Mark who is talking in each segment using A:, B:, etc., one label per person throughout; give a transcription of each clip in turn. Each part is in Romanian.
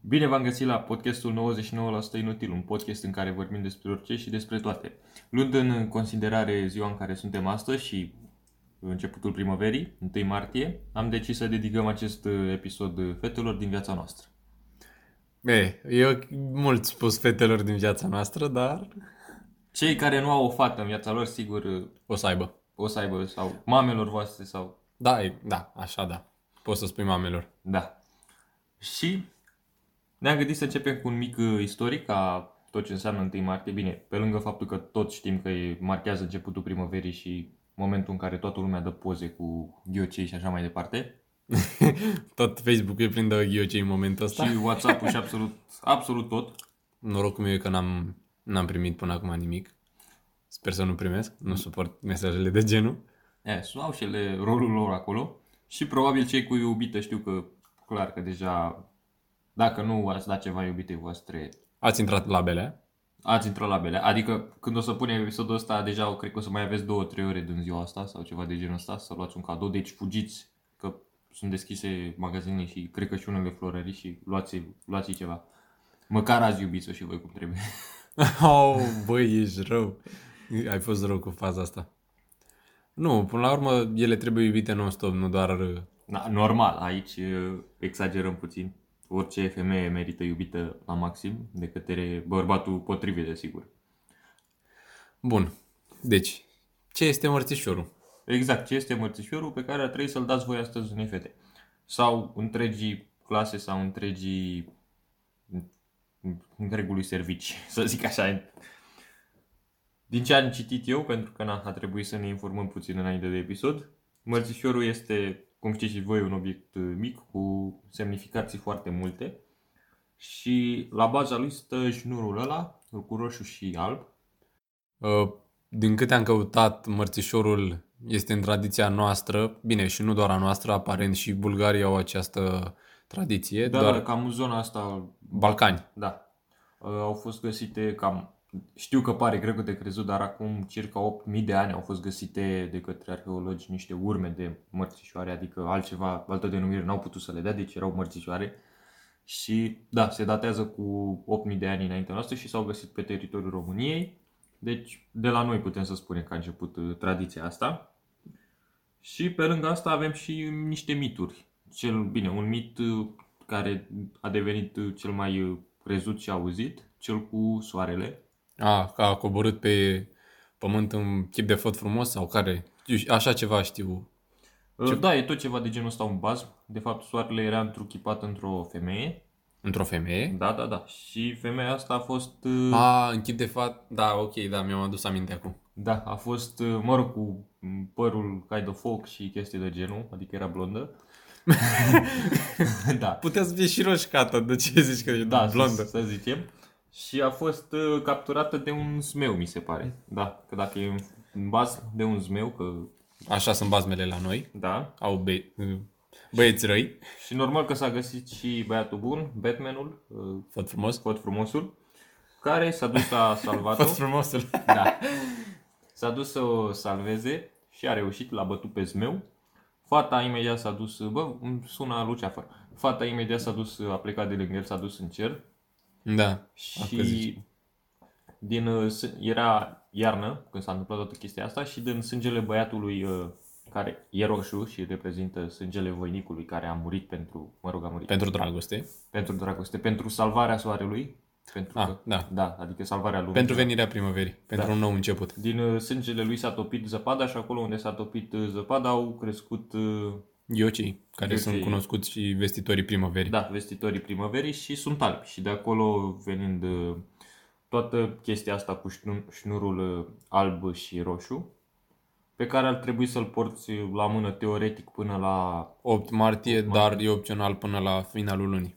A: Bine v-am găsit la podcastul 99% Inutil, un podcast în care vorbim despre orice și despre toate. Luând în considerare ziua în care suntem astăzi și începutul primăverii, 1 martie, am decis să dedicăm acest episod fetelor din viața noastră.
B: E, eu mult spus fetelor din viața noastră, dar
A: Cei care nu au o fată în viața lor, sigur,
B: o să aibă.
A: o să aibă sau mamelor voastre sau...
B: Da, e, da, așa da. Poți să spui mamelor.
A: Da. Și ne-am gândit să începem cu un mic uh, istoric a tot ce înseamnă 1 martie. Bine, pe lângă faptul că toți știm că e- marchează începutul primăverii și momentul în care toată lumea dă poze cu ghiocei și așa mai departe.
B: Tot Facebook-ul e plin de ghiocei în momentul ăsta.
A: Și WhatsApp-ul și absolut, absolut tot.
B: Norocul meu e că n-am, n-am primit până acum nimic. Sper să nu primesc. Nu suport mesajele de genul.
A: E, au și ele rolul lor acolo și probabil cei cu iubită știu că clar că deja dacă nu ați dat ceva iubitei voastre
B: Ați intrat la belea?
A: ați intrat la bele. Adică când o să punem episodul ăsta deja cred că o să mai aveți 2-3 ore din ziua asta sau ceva de genul ăsta să luați un cadou. Deci fugiți că sunt deschise magazine și cred că și unele florării și luați, luați ceva. Măcar ați iubit-o și voi cum trebuie.
B: Oh, băi, ești rău. Ai fost rău cu faza asta. Nu, până la urmă, ele trebuie iubite non-stop, nu doar... uh,
A: Na, normal, aici uh, exagerăm puțin. Orice femeie merită iubită la maxim de către bărbatul potrivit, desigur.
B: Bun. Deci, ce este mărțișorul?
A: Exact, ce este mărțișorul pe care ar trebui să-l dați voi astăzi unei fete. Sau întregii clase sau întregii întregului servici, să zic așa. Din ce am citit eu, pentru că na, a trebuit să ne informăm puțin înainte de episod, mărțișorul este, cum știți și voi, un obiect uh, mic cu semnificații foarte multe și la baza lui stă șnurul ăla cu roșu și alb.
B: Uh, Din câte am căutat, mărțișorul este în tradiția noastră, bine, și nu doar a noastră, aparent și bulgarii au această tradiție,
A: Da,
B: doar
A: da, cam în zona asta
B: Balcani.
A: Da. Uh, Au fost găsite cam, știu că pare greu de crezut, dar acum circa 8.000 de ani au fost găsite de către arheologi niște urme de mărțișoare, adică altceva, altă denumire n-au putut să le dea, deci erau mărțișoare. Și da, se datează cu 8.000 de ani înaintea noastră și s-au găsit pe teritoriul României. Deci de la noi putem să spunem că a început uh, tradiția asta. Și pe lângă asta avem și niște mituri. Cel bine, un mit uh, care a devenit uh, cel mai uh, crezut și auzit, cel cu soarele.
B: A, că a coborât pe pământ în chip de făt frumos sau care? Eu ș- Așa ceva știu.
A: Uh,
B: Ce-
A: Da, e tot ceva de genul ăsta, un bazm. De fapt, soarele era întruchipat într-o femeie.
B: Într-o femeie?
A: Da, da, da. Și femeia asta a fost... uh,
B: A, în chip de fat, da, ok, da, mi-am adus aminte acum.
A: Da, a fost, uh, mă rog, cu mm, părul ca de foc și chestii de genul, adică era blondă. da.
B: Putea să fie și roșcată, de ce zici că e
A: da,
B: blondă?
A: Să, să zicem. Și a fost uh, capturată de un zmeu, mi se pare. Da, că dacă e în bază de un zmeu, că
B: Așa sunt bazmele la noi,
A: da.
B: au be- băieți răi,
A: Și normal că s-a găsit și băiatul bun, Batmanul, uh,
B: făt frumos,
A: Scott frumosul, care s-a dus, a salvat-o.
B: făt frumosul.
A: Da. S-a dus să o salveze și a reușit, l-a bătut pe zmeu. Fata imediat s-a dus, bă, îmi sună Luceafăr. Fata imediat s-a dus, a plecat de lângă el, s-a dus în cer,
B: Da, Asta
A: Și
B: zice.
A: din, uh, s- era iarnă când s-a întâmplat toată chestia asta și din sângele băiatului uh, care e roșu și reprezintă sângele voinicului care a murit pentru, mă rog, a murit pentru,
B: pentru dragoste.
A: pentru dragoste, pentru salvarea soarelui, pentru
B: Ah,
A: că,
B: da.
A: da, adică salvarea lumii.
B: Pentru venirea primăverii, pentru
A: Da.
B: un nou început.
A: Din uh, sângele lui s-a topit zăpada și acolo unde s-a topit uh, zăpada au crescut uh,
B: Ghiocii, care
A: Ghiocei.
B: sunt cunoscuți și vestitorii primăverii.
A: Da, vestitorii primăverii și sunt albi. Și de acolo venind uh, toată chestia asta cu șnu- șnurul uh, alb și roșu, pe care ar trebui să-l porți uh, la mână teoretic până la...
B: 8 martie, dar e opțional până la finalul lunii.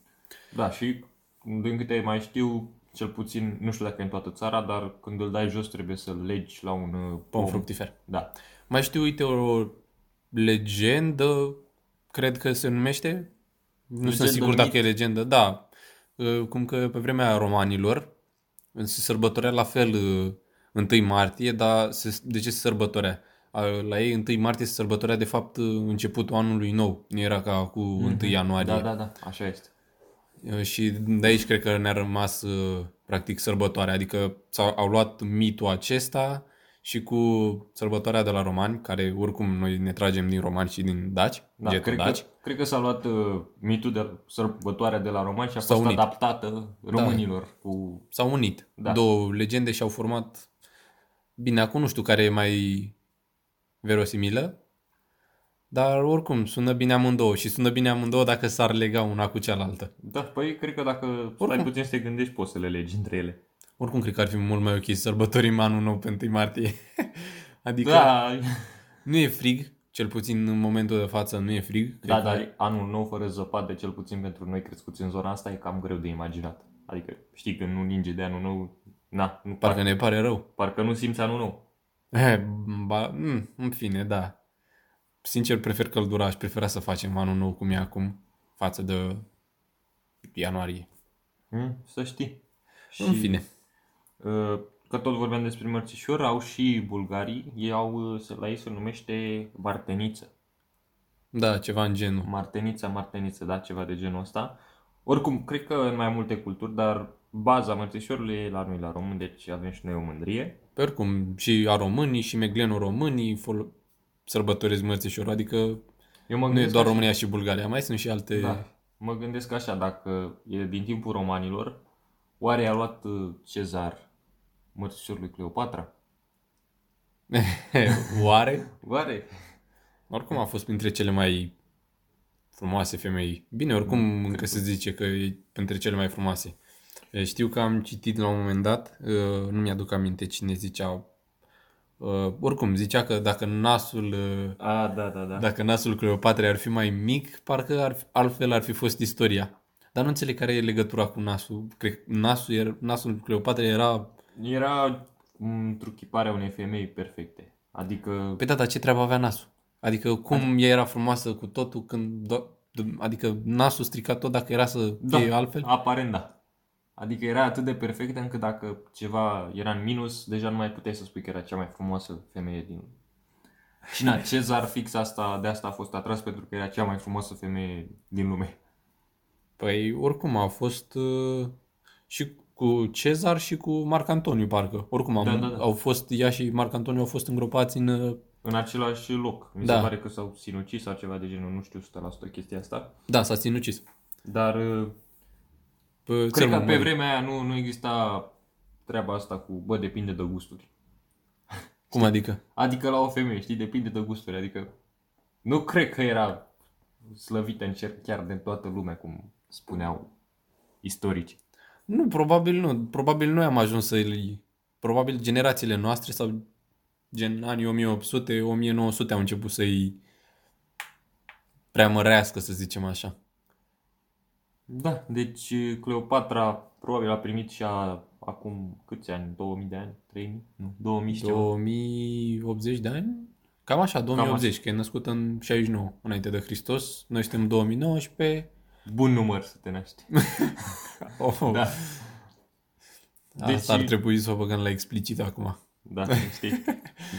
A: Da, și din câte mai știu, cel puțin, nu știu dacă e în toată țara, dar când îl dai jos trebuie să-l legi la un uh,
B: Pom fructifer.
A: Da.
B: Mai știu, uite, o legendă, cred că se numește. Nu sunt
A: Legendă,
B: sigur
A: mit.
B: dacă e legendă, da. Uh, Cum că pe vremea romanilor se sărbătorea la fel uh, 1 martie, dar se, de ce se sărbătorea? Uh, La ei 1 martie se sărbătorea
A: Mhm.
B: de fapt uh, începutul anului nou, nu era ca cu 1 ianuarie.
A: Da, da, da, așa este.
B: Uh, Și de aici cred că ne-a rămas uh, practic sărbătoarea, adică s-au, au luat mitul acesta și cu sărbătoarea de la romani, care oricum noi ne tragem din romani și din daci, da,
A: Da, cred că,
B: daci.
A: cred că s-a luat uh, mitul de sărbătoarea de la romani și a
B: S-a
A: fost
B: unit. Da.
A: adaptată românilor cu
B: S-au unit
A: Da.
B: da. două legende și au format, bine, acum nu știu care e mai verosimilă, dar oricum sună bine amândouă și sună bine amândouă dacă s-ar lega una cu cealaltă.
A: Da, păi cred că dacă stai
B: Oricum.
A: puțin să te gândești, poți să le legi între ele.
B: Oricum cred că ar fi mult mai ok să sărbătorim anul nou pe 1 martie. adică
A: Da,
B: nu e frig, cel puțin în momentul de față nu e frig. Cred
A: da,
B: că-
A: dar anul nou fără zăpadă, cel puțin pentru noi crescuți în zona asta, e cam greu de imaginat. Adică, știi, când nu ninge de anul nou, na, nu,
B: Parcă
A: parcă,
B: ne pare rău.
A: parcă nu simți anul nou.
B: Eh, ba, mm, în fine, da. Sincer, prefer căldura. Aș prefera să facem anul nou cum e acum față de ianuarie.
A: Mm, să știi.
B: Și... În fine.
A: uh, Că tot vorbeam despre mărțișor, au și bulgarii, ei au, uh, se- la ei se numește marteniță.
B: Da, ceva în genul.
A: Martenița, marteniță, da, ceva de genul ăsta. Oricum, cred că în mai multe culturi, dar baza mărțișorului e la noi, la român, deci avem și noi o mândrie.
B: Pe oricum, și a românii, și meglenul românii fol- sărbătoresc mărțișorul. Adică
A: Eu mă
B: nu e
A: gândesc
B: doar
A: așa-
B: România și Bulgaria. Mai sunt și alte...
A: Da. Mă gândesc așa, dacă e din timpul romanilor, oare a luat uh, Cezar mărțișorul lui Cleopatra?
B: Oare?
A: Oare?
B: Oricum a fost printre cele mai frumoase femei. Bine, oricum încă se zice că e printre cele mai frumoase. E, Știu că am citit la un moment dat, uh, nu mi-aduc aminte cine zicea, uh, oricum zicea că dacă nasul, uh,
A: A, da, da, da.
B: dacă nasul Cleopatrei ar fi mai mic, parcă ar, fi- altfel ar fi fost istoria. Dar nu înțeleg care e legătura cu nasul. Cred că nasul, era, nasul Cleopatrei era...
A: Era întruchiparea unei femei perfecte. Adică,
B: Păi da, dar ce treabă avea nasul? Adică cum ea era frumoasă cu totul când... Do- adică nasul strica tot dacă era să
A: Da.
B: fie altfel?
A: aparent da. Adică era atât de perfectă încât dacă ceva era în minus, deja nu mai puteai să spui că era cea mai frumoasă femeie din... Și na, Cezar fix asta, de asta a fost atras pentru că era cea mai frumoasă femeie din lume.
B: Păi oricum a fost uh, și cu Cezar și cu Marc Antoniu parcă. Oricum am,
A: Da, da, da.
B: au fost, ea și Marc Antoniu au fost îngropați în... uh,
A: În același loc. Mi da.
B: Da.
A: se pare că s-au sinucis sau ceva de genul, nu știu 100% chestia asta.
B: Da, s-a ținucis.
A: Dar
B: Pe
A: cred
B: țărmul
A: că pe
B: mării.
A: vremea aia nu, nu exista treaba asta cu, bă, depinde de gusturi.
B: Cum adică?
A: Adică la o femeie, știi, depinde de gusturi, adică nu cred că era slăvită în cer chiar de toată lumea, cum spuneau istorici.
B: Nu, probabil nu. Probabil noi am ajuns să îi... Probabil generațiile noastre sau gen anii 1800-1900 au început să-i preamărească, să zicem așa.
A: Da, deci Cleopatra probabil a primit și a, acum câți ani? 2000 de ani? 3000? Nu, 2000 și ceva.
B: 2080 de ani? Cam așa, 2080, că e născut în 69, înainte de Hristos. Noi suntem 2019.
A: Bun număr să te naști.
B: Oh,
A: Da.
B: da. Deci...
A: Deci-
B: Asta ar trebui să o băgăm la explicit acum.
A: Da, știi.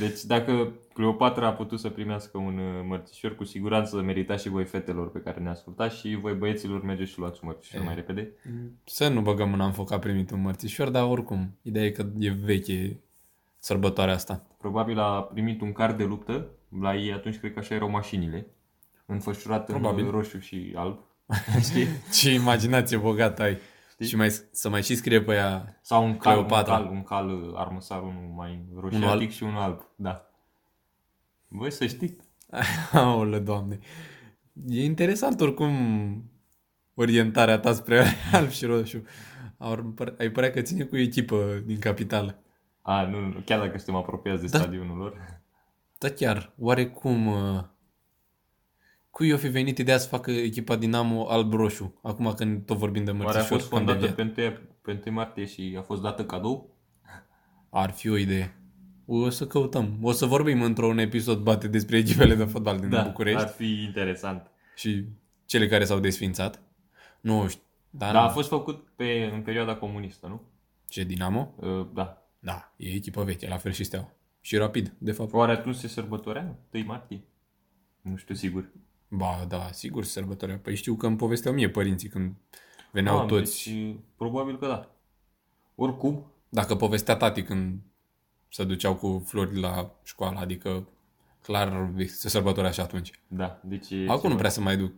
A: Deci dacă Cleopatra a putut să primească un uh, mărțișor, cu siguranță merita și voi fetelor pe care ne ascultați și voi băieților mergeți și luați un mărțișor
B: E.
A: mai repede.
B: Să nu băgăm mâna în foc că a primit un mărțișor, dar oricum, ideea e că e veche sărbătoarea asta.
A: Probabil a primit un car de luptă, la ei atunci cred că așa erau mașinile, înfășurat
B: Probabil.
A: în roșu și alb. Știi?
B: Ce imaginație bogată ai!
A: Știi?
B: Știi? Și mai, să mai și scrie pe ea
A: Sau un cal, un
B: Cleopatra.
A: cal, un cal uh, armăsar, unul mai
B: Unul
A: roșiatic
B: alb.
A: și unul alb. Da. Voi să știți.
B: Aolă, doamne. E interesant oricum orientarea ta spre alb și roșu. Ar, păr- ai părea că ține cu echipă din capitală.
A: A, nu, nu, chiar dacă suntem apropiați de
B: Da.
A: stadionul lor.
B: Da chiar, oarecum... uh, Cui i-o fi venit ideea să facă echipa Dinamo alb-roșu? Acum când tot vorbim de
A: Oare a
B: mărțișor,
A: fost
B: cam de
A: fondată
B: ea.
A: pe 1, pe 1 martie și a fost dată cadou?
B: Ar fi o idee. O să căutăm. O să vorbim într-un episod bate despre echipele de fotbal din da, București
A: ar fi interesant.
B: și cele care s-au desfințat. Nu știu. Dar
A: Dar Da, a fost făcut pe, în perioada comunistă, nu?
B: ce Dinamo?
A: Uh, Da.
B: Da, e echipă veche, la fel și Steaua. Și rapid, de fapt.
A: Oare atunci se sărbătorea 1 martie? Nu știu sigur.
B: Ba, da, sigur, sărbătoarea. Păi știu că îmi povesteau mie părinții când Veneau
A: Am,
B: toți. Deci...
A: Deci, probabil că da. Oricum,
B: Dacă povestea tati când se duceau cu flori la școală, adică clar se sărbătorea și atunci.
A: da. Deci,
B: Acum nu prea să mai duc.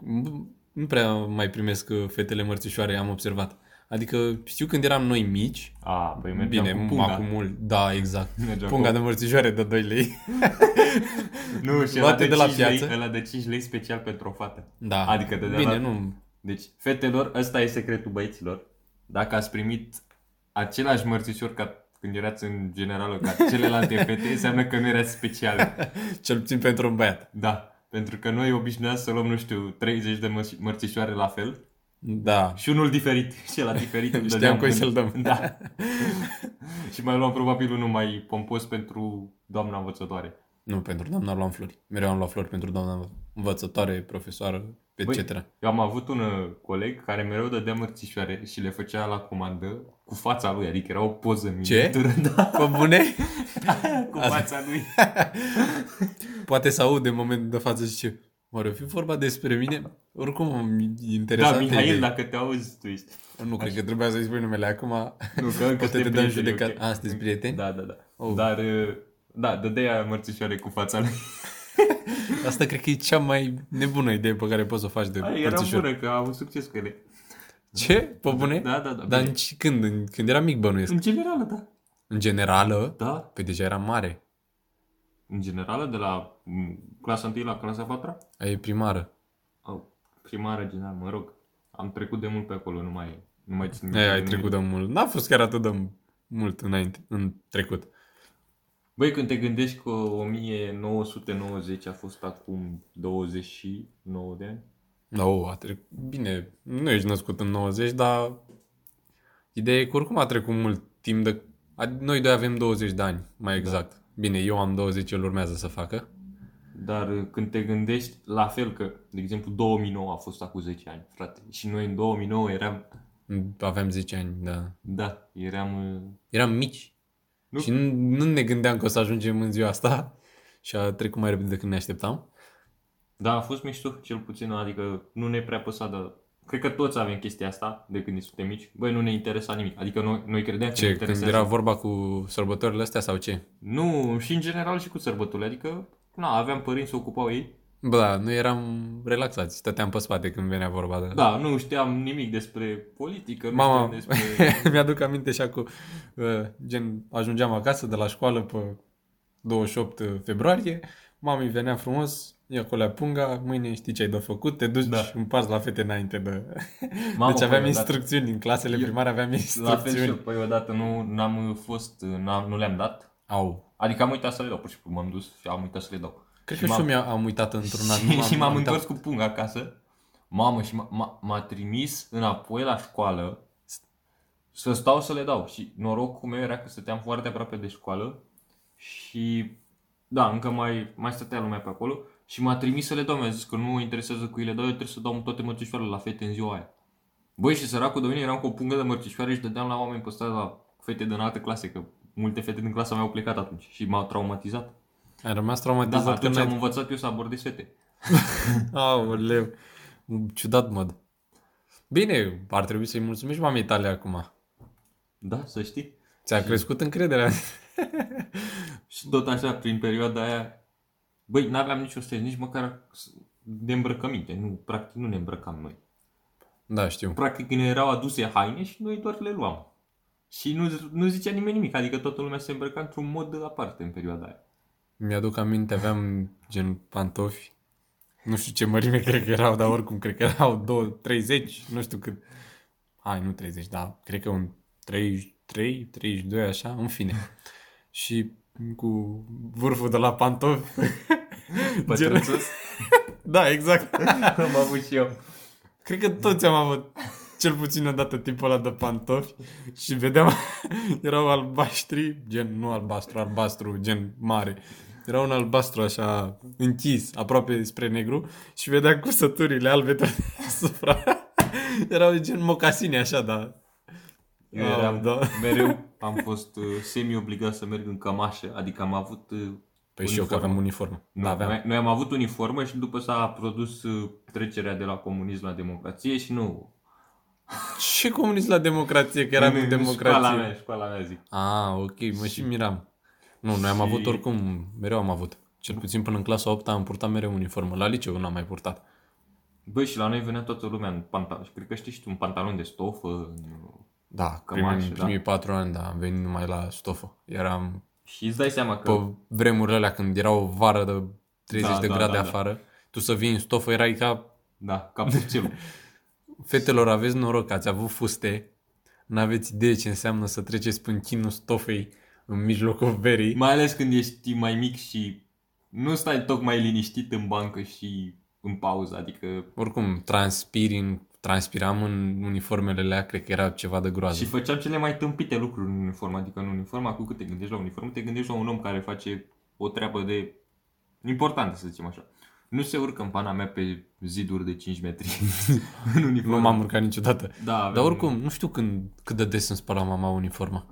B: Nu prea mai primesc uh, fetele mărțișoare, am observat. Adică știu când eram noi mici,
A: A, păi mergeam
B: Bine,
A: cu
B: acum
A: punga.
B: mult. Da, exact.
A: Mergeam
B: Punga
A: cu-
B: de mărțișoare de 2 lei.
A: Nu, și ăla
B: luate
A: de,
B: de la
A: 5 lei,
B: piață.
A: ăla de 5 lei special pentru o fată.
B: Da.
A: Adică de- de
B: Bine,
A: la-
B: nu.
A: Deci, fetelor, ăsta e secretul băieților. Dacă ați primit același mărțișor ca când erați în generală ca celelalte fete, înseamnă că nu erați speciale.
B: Cel puțin pentru un băiat.
A: Da. Pentru că noi obișnuiam să luăm, nu știu, 30 de măr- mărțișoare la fel
B: Da.
A: și unul diferit. Și la diferit îl
B: Știam
A: dădeam
B: cui
A: când-
B: să-l dăm.
A: Da. și mai luam probabil unul mai pompos pentru doamna învățătoare.
B: Nu, pentru doamna luam flori. Mereu am luat flori pentru doamna învățătoare, profesoară, etc. Băi.
A: Eu am avut un uh, coleg care mereu dădea mărțișoare și le făcea la comandă cu fața lui, adică era o poză miniatură, da,
B: Pe bune?
A: cu fața lui.
B: Poate să aud în momentul de față și ce. Oare o fi vorba despre mine? Oricum, e
A: Da,
B: interesant.
A: Mihail, dacă te auzi, tu ești.
B: Nu, cred că trebuia să-i spui numele acum.
A: Nu, că încă
B: Poate te
A: suntem
B: dăm
A: prieteni,
B: judecat.
A: ok?
B: A, sunteți prieteni?
A: Da, da, da.
B: Oh.
A: Dar, uh, da, dădea mărțișoare cu fața lui.
B: Asta cred că e cea mai nebună idee pe care poți să o faci de
A: Ai, Era
B: părțișor.
A: bună, că a avut succes cu ele.
B: Ce? Pe bune?
A: Da, da, da.
B: Dar
A: bine.
B: în, ci- când? În, când era mic bănuiesc.
A: În general, da.
B: În generală?
A: Da,
B: Păi deja era mare.
A: în general, de la mm, clasa 1 la clasa 4
B: Aia e primară.
A: oh, primară, general, mă rog. Am trecut de mult pe acolo, nu mai, nu mai țin
B: Aia ai
A: numele.
B: trecut da. de mult. N-a fost chiar atât de mult înainte, în trecut.
A: Băi, când te gândești că 1990 a fost acum 29 de ani,
B: Da, o, a trecut. Bine, nu ești născut în 90, dar ideea e că oricum a trecut mult timp de... a- Noi doi avem 20 de ani, mai exact. Da. Bine, eu am 20, el urmează să facă.
A: dar uh, când te gândești la fel că, de exemplu, 2009 a fost acum 10 ani, frate, și noi în 2009 eram,
B: Aveam 10 ani, da.
A: da, eram, uh,
B: Eram mici.
A: Nu.
B: Nu. Și nu, nu ne gândeam că o să ajungem în ziua asta. Și a trecut mai repede decât ne așteptam.
A: da, a fost mișto, cel puțin, adică nu ne prea păsa, dar cred că toți avem chestia asta de când suntem mici, băi, nu ne interesa nimic, adică noi, noi credeam că ne
B: Ce, când
A: interesează.
B: era vorba cu sărbătorile astea sau ce?
A: Nu, și în general și cu sărbătorile, adică, na, aveam părinți, se ocupau ei,
B: Bă, da, noi eram relaxați, stăteam pe spate când venea vorba de...
A: Da, nu știam nimic despre politică, nu
B: Mama,
A: știam despre...
B: mi-aduc aminte și acum, uh, gen, ajungeam acasă de la școală pe 28 uh, februarie, mami venea frumos, ia colea punga, mâine știi ce ai de făcut, te duci
A: Da.
B: da. împarți la fete înainte de...
A: Mamă,
B: deci aveam
A: păi, odată-
B: instrucțiuni, în clasele
A: Eu-
B: primare aveam
A: La fel și eu,
B: instrucțiuni.
A: păi odată nu n-am fost, n-am, nu le-am dat.
B: Au.
A: Adică am uitat să le dau, pur și simplu m-am dus și am uitat să le dau.
B: Cred
A: Și
B: că și eu
A: m-am-
B: mi-am uitat într-un an.
A: și, și m-am
B: uitat.
A: întors cu punga acasă. Mamă, și m- m- m-a trimis înapoi la școală să stau să le dau. Și norocul meu era că stăteam foarte aproape de școală și da, încă mai, mai stătea lumea pe acolo și m-a trimis să le dau. Mi-a zis că nu mă interesează cu ele dau, eu trebuie să dau toate mărțișoarele la fete în ziua aia. Băi, și săracul de mine eram cu o pungă de mărțișoare și dădeam la oameni pe stradă la fete din alte clase, că multe fete din clasa mea au plecat atunci și m-au traumatizat.
B: Ai rămas
A: Da,
B: traumatizat
A: atunci
B: când
A: am
B: ai...
A: învățat eu să abordez fete.
B: Aoleu, ciudat mod. Bine, ar trebui să-i mulțumești mamei tale acum.
A: Da, să știi.
B: Ți-a crescut încrederea.
A: Și tot așa, prin perioada aia, băi, n-aveam niciun stres, nici măcar de îmbrăcăminte. Nu, practic nu ne îmbrăcam noi.
B: Da, știu.
A: Practic ne erau aduse haine și noi doar le luam. Și nu, nu zicea nimeni nimic, adică toată lumea se îmbrăca într-un mod aparte în perioada aia.
B: Mi-aduc aminte, aveam gen pantofi. Nu știu ce mărime cred că erau, dar oricum cred că erau 2, 30, nu știu cât. Hai, nu 30, dar cred că un 33, 32, așa, în fine. Și cu vârful de la pantofi. Gen,
A: Pătrățos?
B: da, exact.
A: Am avut și eu.
B: Cred că toți am avut cel puțin o dată tipul ăla de pantofi și vedeam, erau albaștri, gen, nu albastru, albastru, gen mare. Era un albastru așa închis, aproape spre negru și vedea cursăturile albe pe deasupra. Erau gen mocasine așa, da.
A: Eu
B: Ah,
A: eram,
B: da.
A: mereu am fost uh, semi-obligat să merg în cămașă, adică am avut uh,
B: Păi și eu că
A: Uniformă.
B: aveam uniformă.
A: Nu,
B: Da, aveam.
A: Noi, noi am avut uniformă și după s-a produs uh, trecerea de la comunism la democrație și nu
B: Ce comunist la democrație? Că eram în
A: Școala
B: democrație.
A: mea, școala mea zic.
B: Ah, ok, mă și miram. Nu, noi am
A: Și-
B: avut oricum, mereu am avut. Cel puțin până în clasa 8 am purtat mereu uniformă. La liceu n-am mai purtat.
A: Băi, și la noi venea toată lumea în pantalon. Cred că știi și tu, un pantalon de stofă. în-
B: Da,
A: Cămașă,
B: primii,
A: da.
B: primii patru ani, da, am venit numai la stofă. Eram
A: Și îți dai seama că...
B: pe vremurile alea când era o vară de 30
A: Da,
B: de
A: da,
B: grade
A: da, da.
B: afară, tu să vii în stofă erai ca
A: Da, ca puțin.
B: fetelor aveți noroc, ați avut fuste, n-aveți idee ce înseamnă să treceți prin chinul stofei în mijlocul verii.
A: mai ales când ești mai mic și nu stai tocmai liniștit în bancă și în pauză. Adică
B: Oricum, transpiri în, transpiram în uniformele alea, cred că era ceva de groază.
A: Și făceam cele mai tâmpite lucruri în uniformă, adică în uniforma, cu cât te gândești la uniformă, te gândești la un om care face o treabă de importantă, să zicem așa. Nu se urcă în pana mea pe ziduri de 5 metri în uniformă.
B: Nu m-am urcat niciodată.
A: Da, aveam-
B: Dar oricum, nu știu când, cât de des îmi spăla mama uniforma.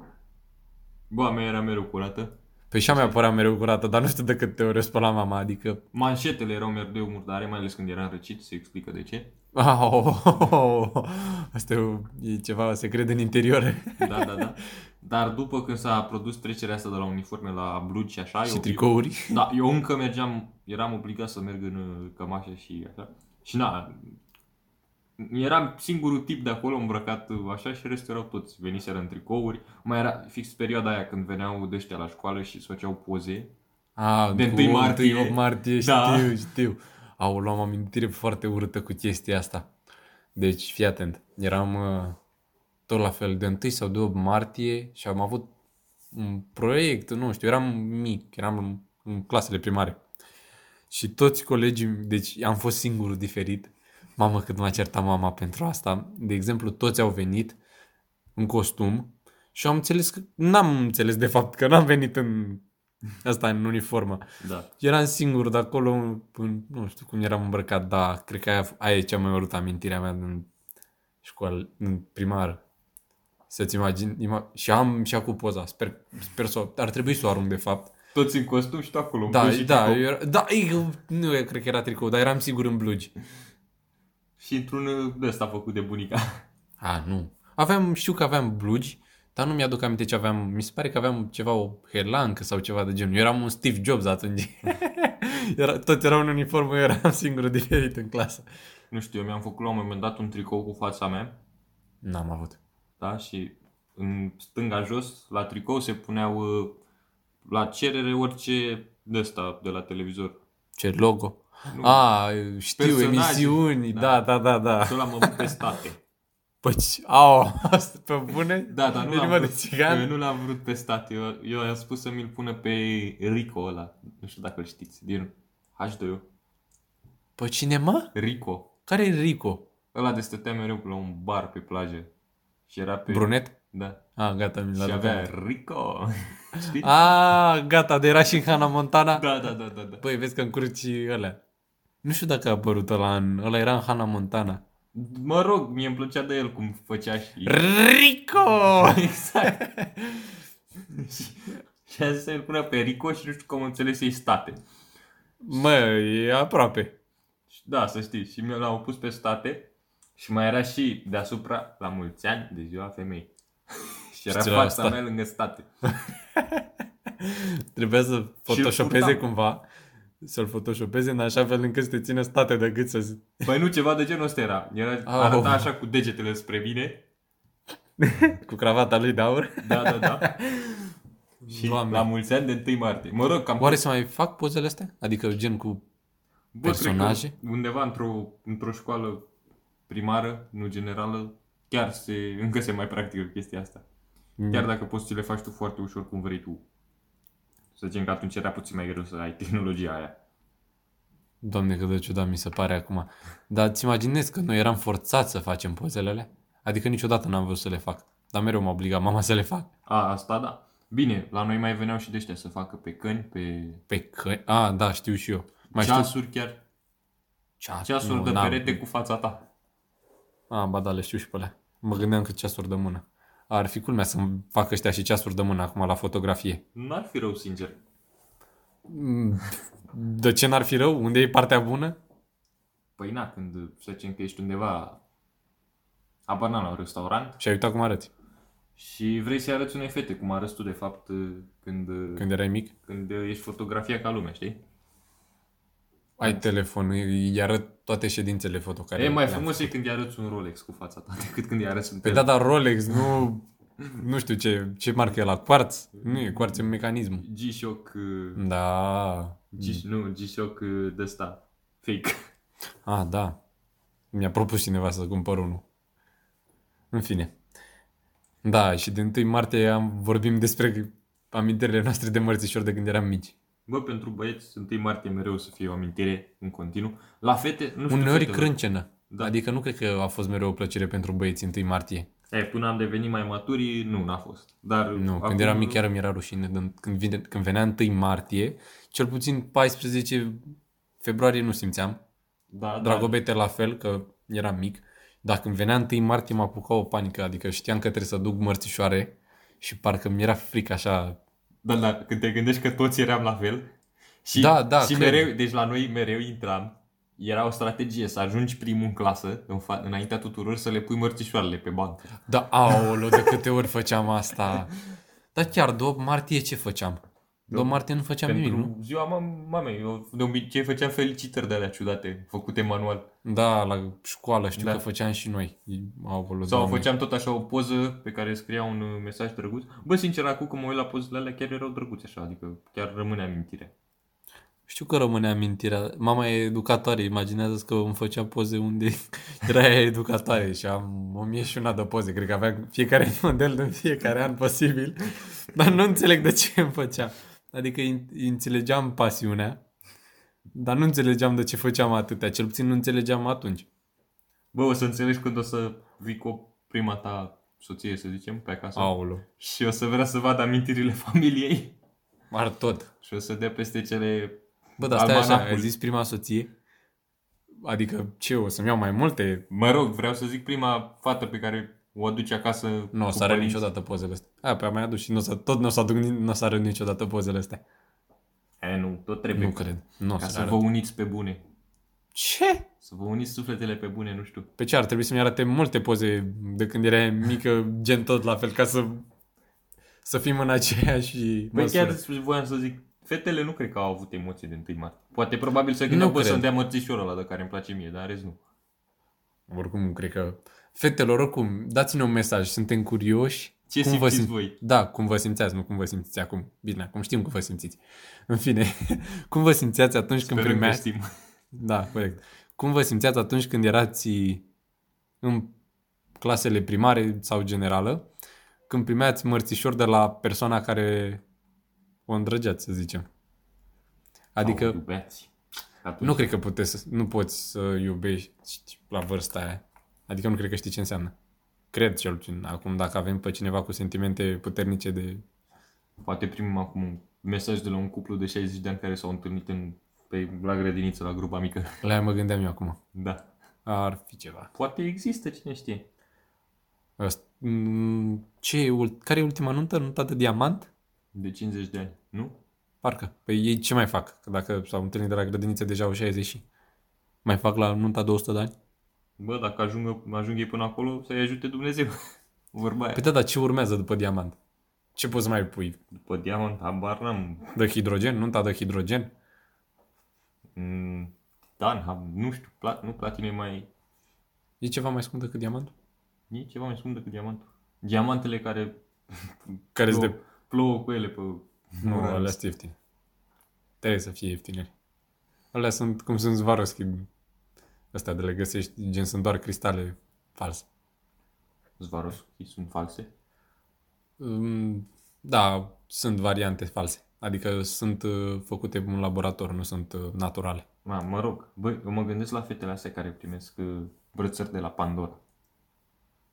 A: Bă, a mea era mereu curată.
B: Pe și a mea părea mereu curată, dar nu știu de câte ori o spăla mama, adică...
A: Manșetele erau mereu murdare, mai ales când era răcit, se explică de ce.
B: Au, asta e, o- e ceva secret în interior.
A: Da, da, da. Dar după când s-a produs trecerea asta de la uniforme la blugi și așa,
B: și
A: eu,
B: tricouri.
A: Da, eu încă mergeam, eram obligat să merg în uh, cămașă și așa. Și na, eram singurul tip de acolo îmbrăcat uh, așa și restul erau toți. Veniseră în tricouri. Mai era fix perioada aia când veneau de ăștia la școală și îți făceau poze.
B: A,
A: De
B: cu
A: 1 martie.
B: 8 martie,
A: Da.
B: știu, știu. Au luat o amintire foarte urâtă cu chestia asta. Deci, fii atent. Eram uh, tot la fel de 1 sau de 8 martie și am avut un proiect, nu știu, eram mic, eram în, în clasele primare. Și toți colegii, deci am fost singurul diferit. Mamă, cât m-a certat mama pentru asta. De exemplu, toți au venit în costum și am înțeles că n-am înțeles de fapt că n-am venit în asta în uniformă.
A: Da.
B: Eram singur de acolo, în- nu știu cum eram îmbrăcat, dar cred că aia, aia e cea mai urâtă amintire a mea din școală, din primară. Să-ți imagini, ima- și am și acum poza, sper, sper să o, ar trebui să o arunc de fapt.
A: Toți în costum și tu acolo. în
B: Da,
A: blugi și
B: da,
A: tricou.
B: eu era, da, eu, nu, eu cred că era tricou, dar eram sigur în blugi.
A: Și într-un uh, de ăsta făcut de bunica.
B: A, nu. Aveam, știu că aveam blugi, dar nu mi-aduc aminte ce aveam. Mi se pare că aveam ceva, o helancă sau ceva de genul. Eu eram un Steve Jobs atunci. Era, tot era în uniformă, eu eram singurul diferit în clasă.
A: Nu știu, eu mi-am făcut la un moment dat un tricou cu fața mea.
B: N-am avut.
A: Da? Și în stânga jos, la tricou, se puneau uh, la cerere orice de ăsta de la televizor.
B: Ce logo?
A: Nu.
B: A, știu,
A: Personaje.
B: emisiuni, da, da, da, da.
A: Acela mă pe state.
B: Păi, au, asta pe bune?
A: Da, dar nu
B: Deci,
A: l-am,
B: mă, de
A: vrut, eu
B: țigan?
A: nu l-am vrut pe stat. Eu, eu i-am spus să mi-l pună pe Rico ăla. Nu știu dacă îl știți. Din H2O.
B: Pe cine, mă?
A: Rico.
B: Care e Rico?
A: Ăla de stătea mereu la un bar pe plajă. Și era pe...
B: Brunet?
A: Da.
B: A, gata, mi l-a
A: și
B: dat.
A: avea Rico. Știi?
B: A, gata, de era și în Hannah Montana?
A: Da, da, da, da, da.
B: Păi, vezi că încurci ălea. Nu știu dacă a apărut ăla în... Ăla era în Hannah Montana.
A: Mă rog, mie îmi plăcea de el cum făcea și...
B: Rico!
A: Exact. și a zis să-l pună pe Rico și nu știu cum înțeles ei state.
B: Mă, e aproape.
A: Și- Da, să știi. Și mi l-au pus pe state și mai era și deasupra, la mulți ani, de ziua femei. și era
B: ți l-a
A: fața
B: lăsat.
A: mea lângă state.
B: Trebuia să photoshopeze
A: purtam.
B: cumva. Să-l photoshopeze în așa fel încât să te țină state de gât să zi-
A: Păi nu, ceva de genul ăsta era. era
B: Au.
A: arăta așa cu degetele spre mine.
B: Cu cravata lui de aur.
A: Da, da, da. și
B: Doamne.
A: la mulți ani de 1 martie. Mă rog, cam...
B: Oare să mai fac pozele astea? Adică gen cu...
A: Bă, cred că
B: personaje?
A: Undeva într-o, într-o școală primară, nu generală, chiar se, încă se mai practică chestia asta.
B: Da.
A: Chiar dacă poți să le faci tu foarte ușor cum vrei tu. Să zicem că atunci era puțin mai greu să ai tehnologia aia.
B: Doamne, cât de ciudat mi se pare acum. Dar ți imaginezi că noi eram forțați să facem pozele alea? Adică niciodată n-am vrut să le fac. Dar mereu m-a obligat mama să le fac.
A: A, asta da. Bine, la noi mai veneau și de ăștia să facă pe căni, pe
B: Pe că... A, da, știu și eu. Mai
A: Mai
B: știu
A: ceasuri chiar.
B: Ceas,
A: Ceasuri de perete cu fața ta.
B: A, ba da, le știu și pe alea. Mă gândeam că ceasuri de mână. Ar fi culmea să fac ăștia și ceasuri de mână acum la fotografie.
A: N-ar fi rău, sincer.
B: Mm, De ce n-ar fi rău? Unde e partea bună?
A: Păi na, când să zicem că ești undeva Apar n-am la un restaurant
B: Și ai uitat cum arăți
A: și vrei să-i arăți unei fete cum arăți tu de fapt când, când,
B: când erai mic.
A: când ești fotografia ca lumea, știi?
B: Ai telefon, îi arăt toate ședințele foto care
A: E mai
B: le-am
A: frumos e când îi arăți un Rolex cu fața ta decât când îi arăți un
B: Pe
A: telefon.
B: data Rolex, nu, nu știu ce, ce marcă e la Quartz. Nu e, Quartz e un mecanism.
A: G-Shock, uh,
B: Da.
A: G- nu, G-Shock uh, de ăsta, fake.
B: Ah, da. Mi-a propus cineva să cumpăr unul. În fine. Da, și de 1 martie am, vorbim despre amintirile noastre de mărțișori de când eram mici.
A: Bă, pentru băieți, 1 martie mereu să fie o amintire în continuu. La fete, nu știu
B: Uneori
A: fetele.
B: crâncenă.
A: Da.
B: Da. Adică nu cred că a fost mereu o plăcere pentru băieți 1 martie.
A: E, până am devenit mai maturi, nu, n-a fost. Dar
B: Nu,
A: acum-
B: când eram mic chiar mi era rușine. Dând- Când, vine, când venea 1 martie, cel puțin 14 februarie nu simțeam.
A: Da, da,
B: Dragobete la fel, că eram mic. Dar când venea 1 martie mă apuca o panică, adică știam că trebuie să duc mărțișoare și parcă mi era frică așa.
A: da, da, când te gândești că toți eram la fel și,
B: Da, da,
A: și
B: cred.
A: mereu, deci la noi mereu intram, era o strategie să ajungi primul în clasă, în fa- înaintea tuturor, să le pui mărțișoarele pe bancă.
B: Da, aolo, de câte ori făceam asta. Dar chiar de 8 martie ce făceam? De 8 martie nu făceam
A: Pentru
B: nimic, nu?
A: ziua mam- mamei, eu de obicei făceam felicitări de alea ciudate, făcute manual.
B: Da, la școală știu
A: Da.
B: că făceam și noi. Aolo,
A: Sau
B: Doamne.
A: făceam tot așa o poză pe care scria un uh, mesaj drăguț. Bă, sincer, acum când mă uit la pozele alea, chiar erau drăguțe așa, adică chiar rămâne amintire.
B: Știu că rămâne amintirea. Mama e educatoare, imaginează că îmi făcea poze unde era ea educatoare și am o mie și una de poze. Cred că aveam fiecare model în fiecare an posibil, dar nu înțeleg de ce îmi făcea. Adică in- înțelegeam pasiunea, dar nu înțelegeam de ce făceam atâtea, cel puțin nu înțelegeam atunci.
A: Bă, o să înțelegi când o să vii cu prima ta soție, să zicem, pe acasă.
B: Aolo,
A: Și o să vrea să vadă amintirile familiei
B: ar tot.
A: și o să dea peste cele...
B: Bă, dar stai așa,
A: Almanacul.
B: ai zis prima soție? Adică ce, o să-mi iau mai multe?
A: Mă rog, vreau să zic prima fată pe care o aduce acasă
B: Nu o
A: cu
B: să arăt
A: părinți.
B: niciodată pozele astea. A, pe mai adus și nu o să, tot nu o să, aduc, ni- nu o să arăt niciodată pozele astea.
A: E, nu, tot trebuie.
B: Nu cred. Nu o
A: Ca
B: să,
A: să
B: arăt.
A: vă uniți pe bune.
B: Ce?
A: Să vă uniți sufletele pe bune, nu știu.
B: Pe ce ar trebui să-mi arate multe poze de când era mică, gen tot la fel, ca să să fim în aceeași
A: Băi,
B: măsură.
A: Păi chiar voiam să zic, fetele nu cred că au avut emoții de 1 martie. Poate probabil să gândeau,
B: Nu
A: bă,
B: cred.
A: să-mi dea mărțișorul ăla de care îmi place mie, dar în rest nu.
B: Oricum, cred că... Fetelor, oricum, dați-ne un mesaj, suntem curioși.
A: Ce
B: vă
A: simțiți
B: sim-
A: voi?
B: Da, cum vă simțeați, nu cum vă simțiți acum. Bine, acum știm cum vă simțiți. În fine, cum vă simțeați atunci când
A: Sperăm că
B: primeați...
A: știm.
B: Da, corect. Cum vă simțeați atunci când erați în clasele primare sau generală, când primeați mărțișori de la persoana care o îndrăgeați, să zicem? Adică,
A: Sau iubeați. Atunci.
B: nu cred că puteți, să- nu poți să iubești la vârsta aia. Adică nu cred că știi ce înseamnă. Cred cel puțin. Acum, dacă avem pe cineva cu sentimente puternice de...
A: Poate primim acum un mesaj de la un cuplu de 60 de ani care s-au întâlnit în, pe, la grădiniță, la grupa mică.
B: La aia mă gândeam eu acum.
A: Da.
B: Ar fi ceva.
A: Poate există, cine știe.
B: Asta- Mm, Ce e, ul- care e ultima nuntă? Nunta de diamant?
A: De 50 de ani, nu?
B: Parcă. Păi ei ce mai fac? Că dacă s-au întâlnit de la grădiniță deja au 60 și... Mai fac la nunta 200 de ani?
A: Bă, dacă ajung, ajung ei până acolo, să-i ajute Dumnezeu. Vorba aia.
B: Păi da, dar ce urmează după diamant? Ce poți mai pui?
A: După diamant, habar n-am.
B: De hidrogen? Nunta de hidrogen?
A: Mm, Dan, hab- nu știu, plat, nu, platine e mai...
B: E ceva mai scump decât diamant?
A: E ceva mai scump decât diamantul. Diamantele care
B: Care
A: plouă,
B: de...
A: plouă cu ele pe...
B: Nu,
A: Urmă.
B: alea sunt ieftine. Trebuie să fie ieftine. Alea sunt cum sunt Swarovski. Astea de le găsești, gen sunt doar cristale false.
A: Zvarovski sunt false.
B: Mm, Da, sunt variante false. Adică sunt uh, făcute în laborator, nu sunt uh, naturale.
A: Ma, mă rog, bă, eu mă gândesc la fetele astea care primesc uh, brățări de la Pandora.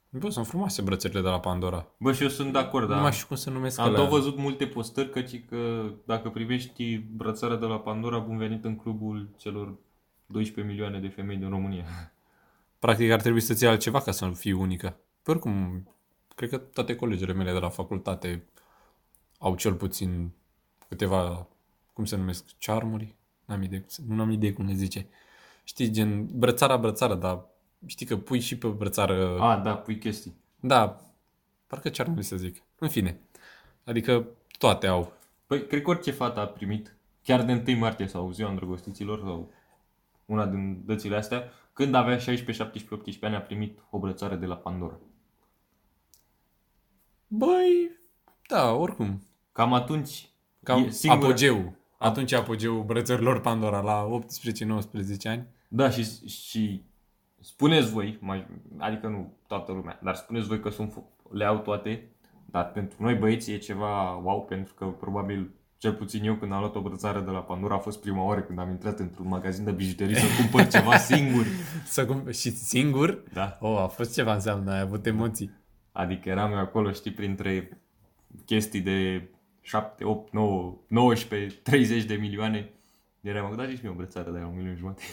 B: Bă, sunt frumoase brățările de la Pandora.
A: Bă, și eu sunt de acord,
B: Da.
A: dar
B: Nu mai știu cum se numesc
A: am
B: alea.
A: tot văzut multe postări că, ci că dacă privești brățara de la Pandora, bun venit în clubul celor 12 milioane de femei din România.
B: Practic ar trebui să-ți iei altceva ca să nu fii unică. Pe oricum, cred că toate colegele mele de la facultate au cel puțin câteva, cum se numesc, charmuri? N-am idee, nu am idee cum le zice. Știi, gen brățara, brățara, dar știi că pui și pe brățară...
A: A, da, pui chestii.
B: Da, parcă ce ar trebui să zic. În fine. Adică toate au.
A: Păi, cred că orice fată a primit, chiar de 1 martie sau ziua îndrăgostiților sau una din dățile astea, când avea 16, 17, 18 ani, a primit o brățară de la Pandora.
B: Băi, da, oricum.
A: Cam atunci,
B: Cam
A: E singura-
B: apogeul. Atunci e apogeul brățărilor Pandora la 18-19 ani.
A: da, și, și spuneți voi, mai, adică nu toată lumea, dar spuneți voi că sunt, fo- le au toate, dar pentru noi băieții e ceva wow, pentru că probabil cel puțin eu când am luat o brățară de la Pandora a fost prima oară când am intrat într-un magazin de bijuterii să cumpăr ceva singur.
B: Să cum... Și singur?
A: Da.
B: O, oh, a fost ceva înseamnă, ai avut emoții.
A: Adică eram eu acolo, știi, printre chestii de 7, 8, 9, 19, 30 de milioane. Eram, da, și mie o brățară de la un milion jumate.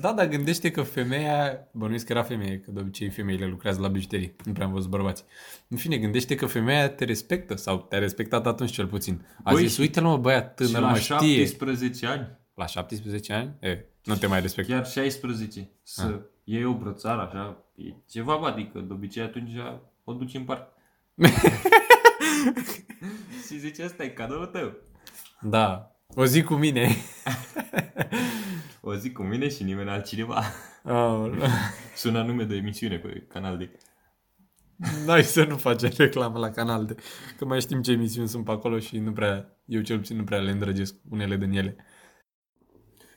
B: Da, dar gândește că femeia, bănuiesc că era femeie, că de obicei femeile lucrează la bijuterii, nu prea am văzut bărbați. În fine, gândește că femeia te respectă sau te-a respectat atunci cel puțin. A
A: Băi,
B: zis,
A: și-
B: uite-l mă băiat
A: și
B: tânăr,
A: la
B: mă știe.
A: 17 ani,
B: La 17 ani? E, nu te mai respectă.
A: chiar 16, să iei o brățară așa, e ceva, bă, adică de obicei atunci o duci în parc. și zice, asta e cadoul tău.
B: Da, o zi cu mine.
A: O zic cu mine și nimeni altcineva.
B: Aoleu.
A: Sună nume de emisiune pe canal de...
B: Noi să nu facem reclamă la canal, de, că mai știm ce emisiuni sunt pe acolo și nu prea, eu cel puțin nu prea le îndrăgesc unele din ele.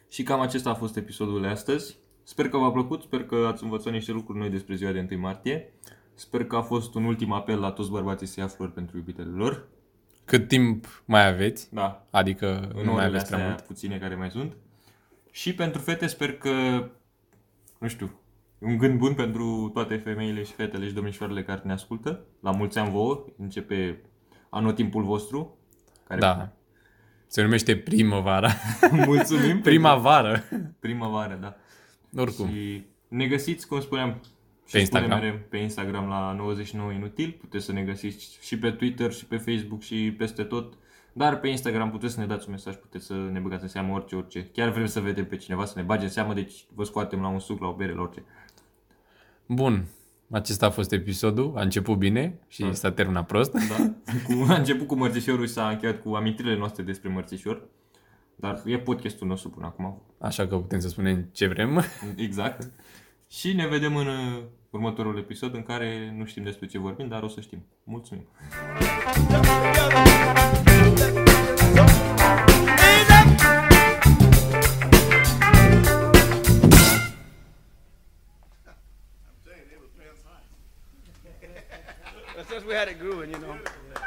A: Și cam acesta a fost episodul de astăzi. Sper că v-a plăcut, sper că ați învățat niște lucruri noi despre ziua de 1 martie. Sper că a fost un ultim apel la toți bărbații să ia flori pentru iubitele lor.
B: Cât timp mai aveți,
A: Da,
B: adică
A: în
B: nu mai
A: orele
B: aveți prea
A: astea
B: mult.
A: puține care mai sunt. Și pentru fete sper că, nu știu, un gând bun pentru toate femeile și fetele și domnișoarele care ne ascultă. La mulți ani vouă, începe anotimpul vostru. Care
B: Da. Se numește primăvara.
A: Mulțumim.
B: Prima vară.
A: Primăvară, da.
B: Oricum.
A: Și ne găsiți, cum spuneam, și
B: Pe
A: spunem
B: Instagram.
A: mereu, pe Instagram la 99 Inutil. Puteți să ne găsiți și pe Twitter, și pe Facebook, și peste tot. Dar pe Instagram puteți să ne dați un mesaj, puteți să ne băgați în seamă orice, orice. Chiar vrem să vedem pe cineva, să ne bage în seamă, deci vă scoatem la un suc, la o bere, la orice.
B: Bun. Acesta a fost episodul. A început bine și s-a terminat prost.
A: Da? Cu, a început cu mărțișorul și s-a încheiat cu amintirile noastre despre mărțișor. Dar e podcastul nostru până acum.
B: Așa că putem să spunem ce vrem.
A: Exact. Și ne vedem în uh, următorul episod în care nu știm despre ce vorbim, dar o să știm. Mulțumim!
C: That's just we had it grooving, you know.